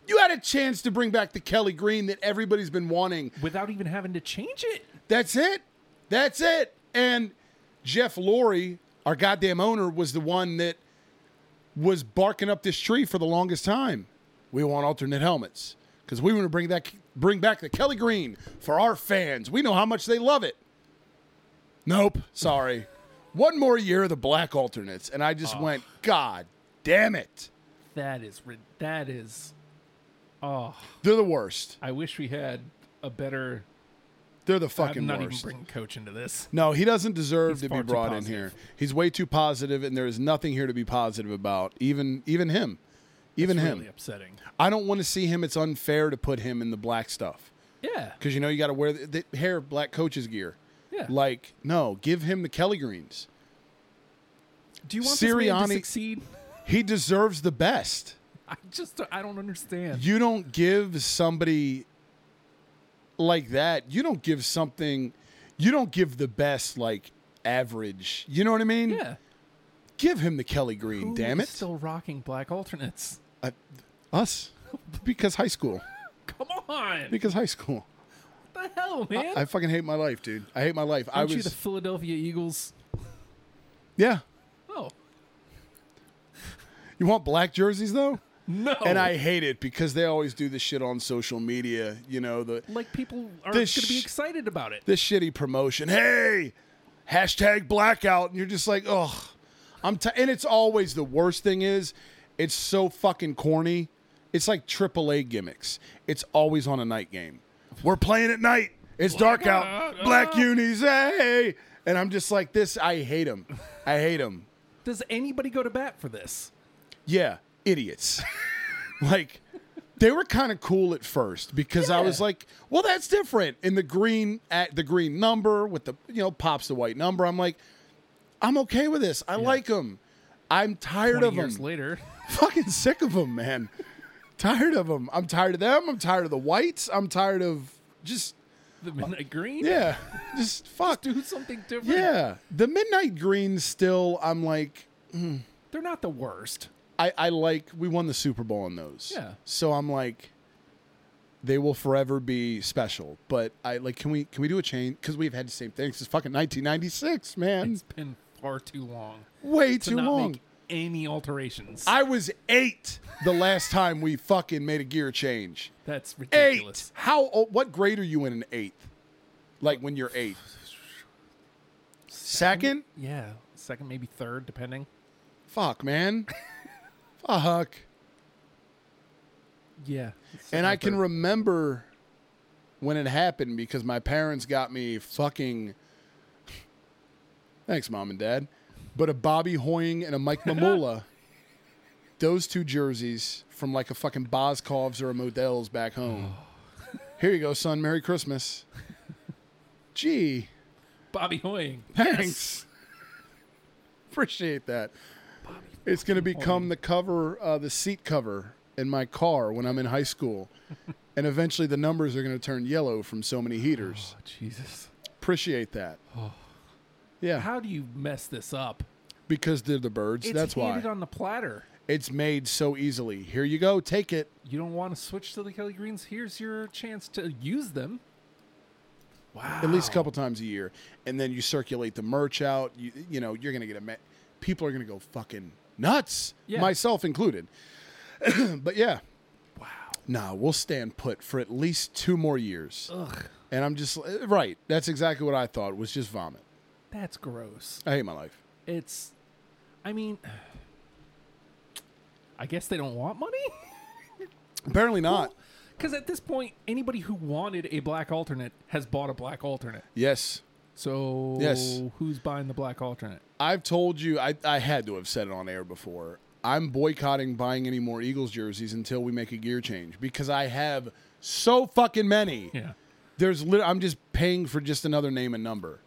S2: you had a chance to bring back the kelly green that everybody's been wanting
S4: without even having to change it.
S2: That's it. That's it. And Jeff Lurie, our goddamn owner, was the one that was barking up this tree for the longest time. We want alternate helmets because we want to bring that bring back the Kelly Green for our fans. We know how much they love it. Nope. Sorry. One more year of the black alternates, and I
S4: Ah.
S2: just went, God damn it!
S4: That is rid- that is. Oh,
S2: They're the worst.
S4: I wish we had a better.
S2: They're the fucking
S4: I'm not
S2: worst.
S4: even bringing coach into this.
S2: No, he doesn't deserve
S4: He's
S2: to be
S4: far too
S2: brought in here.
S4: positive.
S2: He's way too positive, and there is nothing here to be positive about. Even even him, even him.
S4: Really upsetting.
S2: I don't want to see him. It's unfair to put him in the black stuff
S4: Yeah.
S2: because you know you got to wear the, the hair black coach's gear.
S4: Yeah.
S2: Like no, give him the Kelly greens.
S4: Do you want Sirianni- this man
S2: Sirianni-
S4: to succeed?
S2: He deserves the best.
S4: I just I don't understand.
S2: You don't give somebody like that. You don't give something. You don't give the best like average. You know what I mean?
S4: Yeah.
S2: Give him the Kelly Green.
S4: Who
S2: damn
S4: is
S2: it.
S4: Still rocking black alternates.
S2: Us? Because high school.
S4: Come on.
S2: Because high school.
S4: what the hell, man?
S2: I fucking hate my life, dude. I hate my life. I
S4: Aren't you
S2: was
S4: the Philadelphia Eagles?
S2: Yeah.
S4: Oh
S2: You want black jerseys though?
S4: no!
S2: And I hate it because they always do this shit on social media, you know, the
S4: like people are going
S2: This
S4: to be
S2: sh-
S4: excited about it.
S2: this shitty promotion. Hey, hashtag blackout, and you're just like, oh, I'm. T-. And it's always the worst thing is, it's so fucking corny. It's like AAA gimmicks. It's always on a night game. We're playing at night. It's dark out.
S4: Blackout.
S2: Black unis. Hey, and I'm just like this. I hate him. I hate him.
S4: Does anybody go to bat for this?
S2: Yeah, idiots. like they were kind of cool at first because I was
S4: Yeah.
S2: like, well, that's different. And the green at the green number with the you know pops the white number. I'm like, I'm okay with this. I like them. I'm tired of
S4: 20
S2: them.
S4: years later,
S2: Fucking sick of them, man. tired of them. I'm tired of them. I'm tired of the whites. I'm tired of just
S4: the midnight green.
S2: yeah, just fuck.
S4: do something different.
S2: Yeah, the midnight green still. I'm like,
S4: they're not the worst.
S2: I, I like we won the Super Bowl on those.
S4: Yeah.
S2: So I'm like, they will forever be special. But I like, can we can we do a change? Because we've had the same thing since fucking 1996, man.
S4: It's been far too long.
S2: Way
S4: to
S2: too
S4: not
S2: long.
S4: Make any alterations?
S2: I was eight the last time we fucking made a gear change.
S4: That's
S2: Eight.
S4: ridiculous.
S2: How old? What grade are you in? An eighth? Like when you're eight? Second?
S4: Yeah, second, maybe third, depending.
S2: Fuck, man. Fuck.
S4: Yeah,
S2: and I can remember when it happened because my parents got me fucking thanks, mom and dad, but a Bobby Hoying and a Mike Mamula, those two jerseys from like a fucking Boskovs or a Modell's back home. Here you go, son. Merry Christmas. Gee,
S4: Bobby Hoying.
S2: thanks. Appreciate that. It's going to become the cover, uh, the seat cover in my car when I'm in high school. and eventually the numbers are going to turn yellow from so many heaters.
S4: Jesus.
S2: Appreciate that. Yeah,
S4: Oh. How do you mess this up?
S2: because they're the birds.
S4: It's
S2: That's why
S4: handed on the platter.
S2: it's made so easily. Here you go, take it.
S4: You don't want to switch to the Kelly Greens. Here's your chance to use them. Wow.
S2: at least a couple times a year, and then you circulate the merch out. You, you know, you're gonna get a ma- people are gonna go fucking nuts,
S4: Yeah.
S2: myself included. but yeah,
S4: Wow.
S2: nah, we'll stand put for at least two more years.
S4: Ugh.
S2: And I'm just eh, right. That's exactly what I thought was just vomit.
S4: That's gross.
S2: I hate my life.
S4: It's. I mean. I guess they don't want money?
S2: Apparently not.
S4: Because at this point, anybody who wanted a black alternate has bought a black alternate.
S2: Yes,
S4: So
S2: Yes.
S4: who's buying the black alternate?
S2: I've told you. I I had to have said it on air before. I'm boycotting buying any more Eagles jerseys until we make a gear change because I have so fucking many.
S4: Yeah.
S2: There's lit- I'm just paying for just another name and number,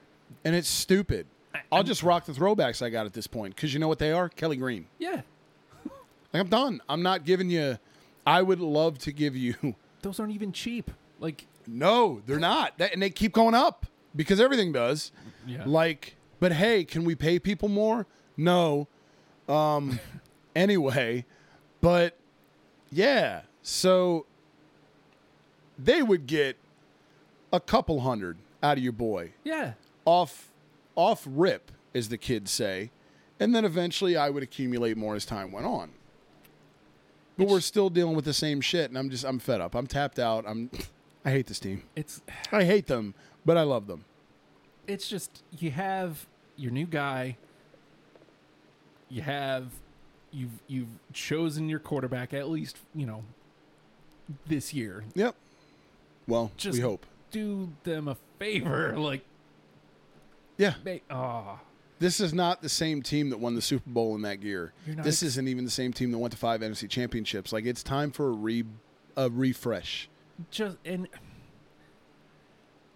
S2: and it's stupid. I'll just rock the throwbacks I got at this point because you know what they are, Kelly Green.
S4: Yeah.
S2: Like I'm done. I'm not giving you. I would love to give you.
S4: Those aren't even cheap. Like
S2: No, they're not, That- and they keep going up because everything does.
S4: Yeah.
S2: Like, but hey, can we pay people more? No. Um. anyway, but yeah. So they would get a couple hundred out of your boy
S4: Yeah.
S2: off off rip, as the kids say, and then eventually I would accumulate more as time went on. But we're still dealing with the same shit, and I'm just I'm fed up. I'm tapped out. I'm I hate this team.
S4: It's
S2: I hate them, but I love them.
S4: it's just you have your new guy. You have you've you've chosen your quarterback at least, you know, this year.
S2: Yep. Well,
S4: Just
S2: we hope.
S4: do them a favor like
S2: Yeah,
S4: they ah
S2: this is not the same team that won the Super Bowl in that year.
S4: You're not
S2: This
S4: ex-
S2: isn't even the same team that went to five NFC championships. Like it's time for a re a refresh.
S4: just and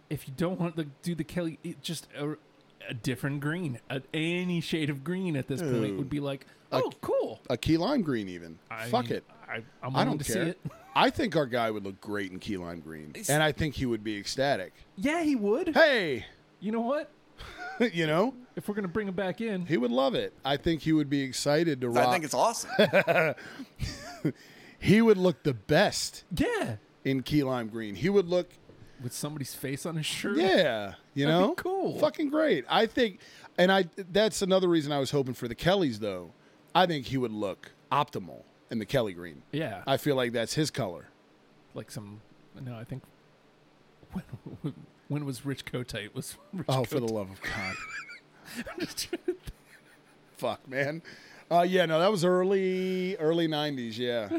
S4: if you don't want to do the Kelly, it just a, a different green, a, any shade of green at this point would be like, oh, cool.
S2: A key lime green, even.
S4: I
S2: Fuck
S4: mean,
S2: it.
S4: I, I'm
S2: I don't
S4: to
S2: care.
S4: see it.
S2: I think our guy would look great in key lime green, and I think he would be ecstatic.
S4: Yeah, he would.
S2: Hey,
S4: You know what?
S2: you know,
S4: If we're gonna bring him back in,
S2: he would love it. I think he would be excited to rock.
S3: I think it's awesome.
S2: he would look the best
S4: yeah,
S2: in key lime green. He would look,
S4: with somebody's face on his shirt.
S2: yeah, you
S4: That'd be
S2: know,
S4: cool.
S2: fucking great. I think, and I that's another reason I was hoping for the Kellys though. I think he would look optimal in the Kelly green.
S4: yeah.
S2: I feel like that's his color.
S4: like some. No, I think. When, when was Rich Cotite? Was Rich
S2: Oh, for the love of God. Fuck, man. Uh, yeah, no, that was early, early 90s, yeah.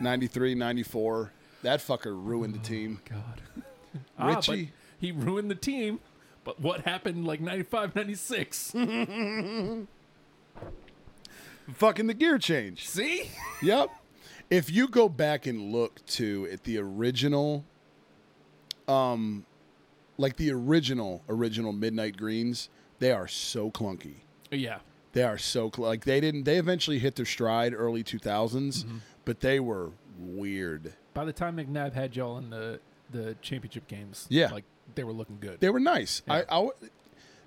S2: 93, 94. That fucker ruined the team.
S4: God. Ah, but
S2: Richie.
S4: he ruined the team. But what happened like 95, 96?
S2: Fucking the gear change.
S4: See?
S2: Yep. If you go back and look too at the original, um, like the original, original Midnight Greens, they are so clunky.
S4: Yeah.
S2: They are so cl- like they didn't. They eventually hit their stride early 2000s, but they were weird.
S4: By the time McNabb had y'all in the the championship games,
S2: Yeah.
S4: like they were looking good.
S2: They were nice. I I w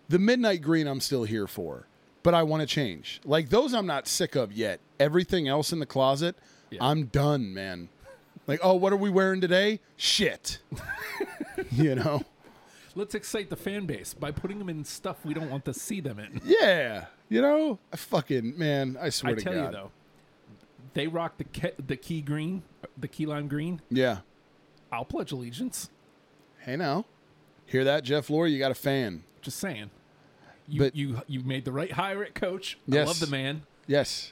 S2: the midnight green I'm still here for, but I want to change. Like those I'm not sick of yet. Everything else in the closet,
S4: Yeah.
S2: I'm done, man. Like, oh, what are we wearing today? Shit. you know?
S4: Let's excite the fan base by putting them in stuff we don't want to see them in.
S2: Yeah. You know? I fucking man, I swear
S4: I
S2: to
S4: tell
S2: God.
S4: you though, they rock the ke- the key green, the key lime green.
S2: Yeah.
S4: I'll pledge allegiance.
S2: Hey now. Hear that, Jeff Lurie? You got a fan.
S4: Just saying. You
S2: But-
S4: you you made the right hire at coach. I
S2: Yes.
S4: love the man.
S2: Yes.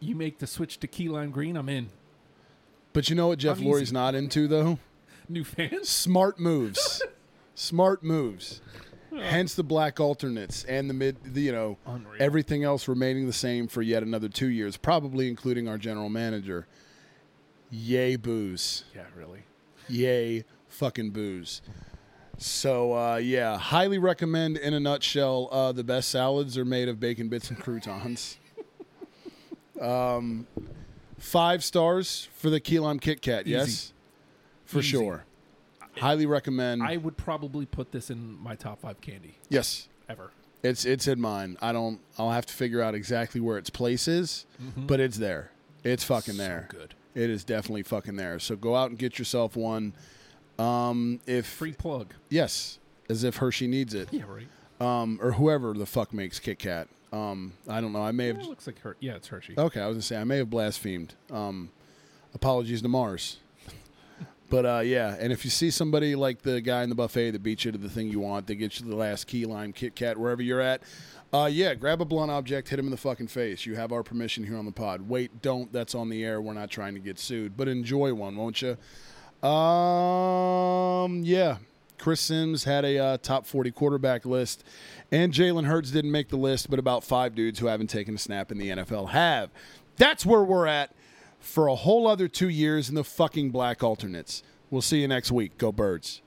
S4: You make the switch to key lime green. I'm in.
S2: But you know what Jeff
S4: I'm
S2: Lurie's
S4: easy.
S2: not into though?
S4: New fans.
S2: smart moves smart moves hence the black alternates and the mid the, you know
S4: Unreal.
S2: everything else remaining the same for yet another two years probably including our general manager yay booze
S4: Yeah, really.
S2: yay fucking booze so uh, yeah highly recommend in a nutshell uh, the best salads are made of bacon bits and croutons um, five stars for the key lime kit kat yes for
S4: Easy.
S2: sure. Highly recommend.
S4: I would probably put this in my top five candy
S2: yes,
S4: ever.
S2: it's it's in mine. I don't. I'll have to figure out exactly where its place is, but it's there. It's fucking there.
S4: Mm-hmm. good.
S2: It is definitely fucking there. So go out and get yourself one. Um, if
S4: Free plug.
S2: yes, as if Hershey needs it,
S4: Yeah, right.
S2: um, or whoever the fuck makes Kit Kat. Um, I don't know. I may have.
S4: It looks like her. Yeah, it's Hershey.
S2: Okay, I was gonna say I may have blasphemed. Um, apologies to Mars. But uh, yeah, and if you see somebody like the guy in the buffet that beats you to the thing you want, they get you the last key lime Kit Kat wherever you're at. Uh, yeah, grab a blunt object, hit him in the fucking face. You have our permission here on the pod. Wait, don't. That's on the air. We're not trying to get sued. But enjoy one, won't you? Um, yeah. Chris Sims had a uh, top 40 quarterback list, and Jalen Hurts didn't make the list, but about five dudes who haven't taken a snap in the NFL have. That's where we're at for a whole other two years in the fucking black alternates. We'll see you next week. Go Birds.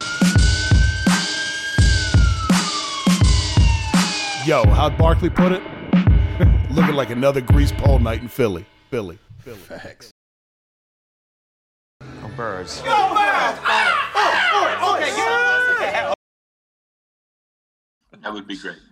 S1: Yo, how'd Barkley put it? Looking like another grease pole night in Philly. Philly. Philly.
S5: birds.
S6: That would be great.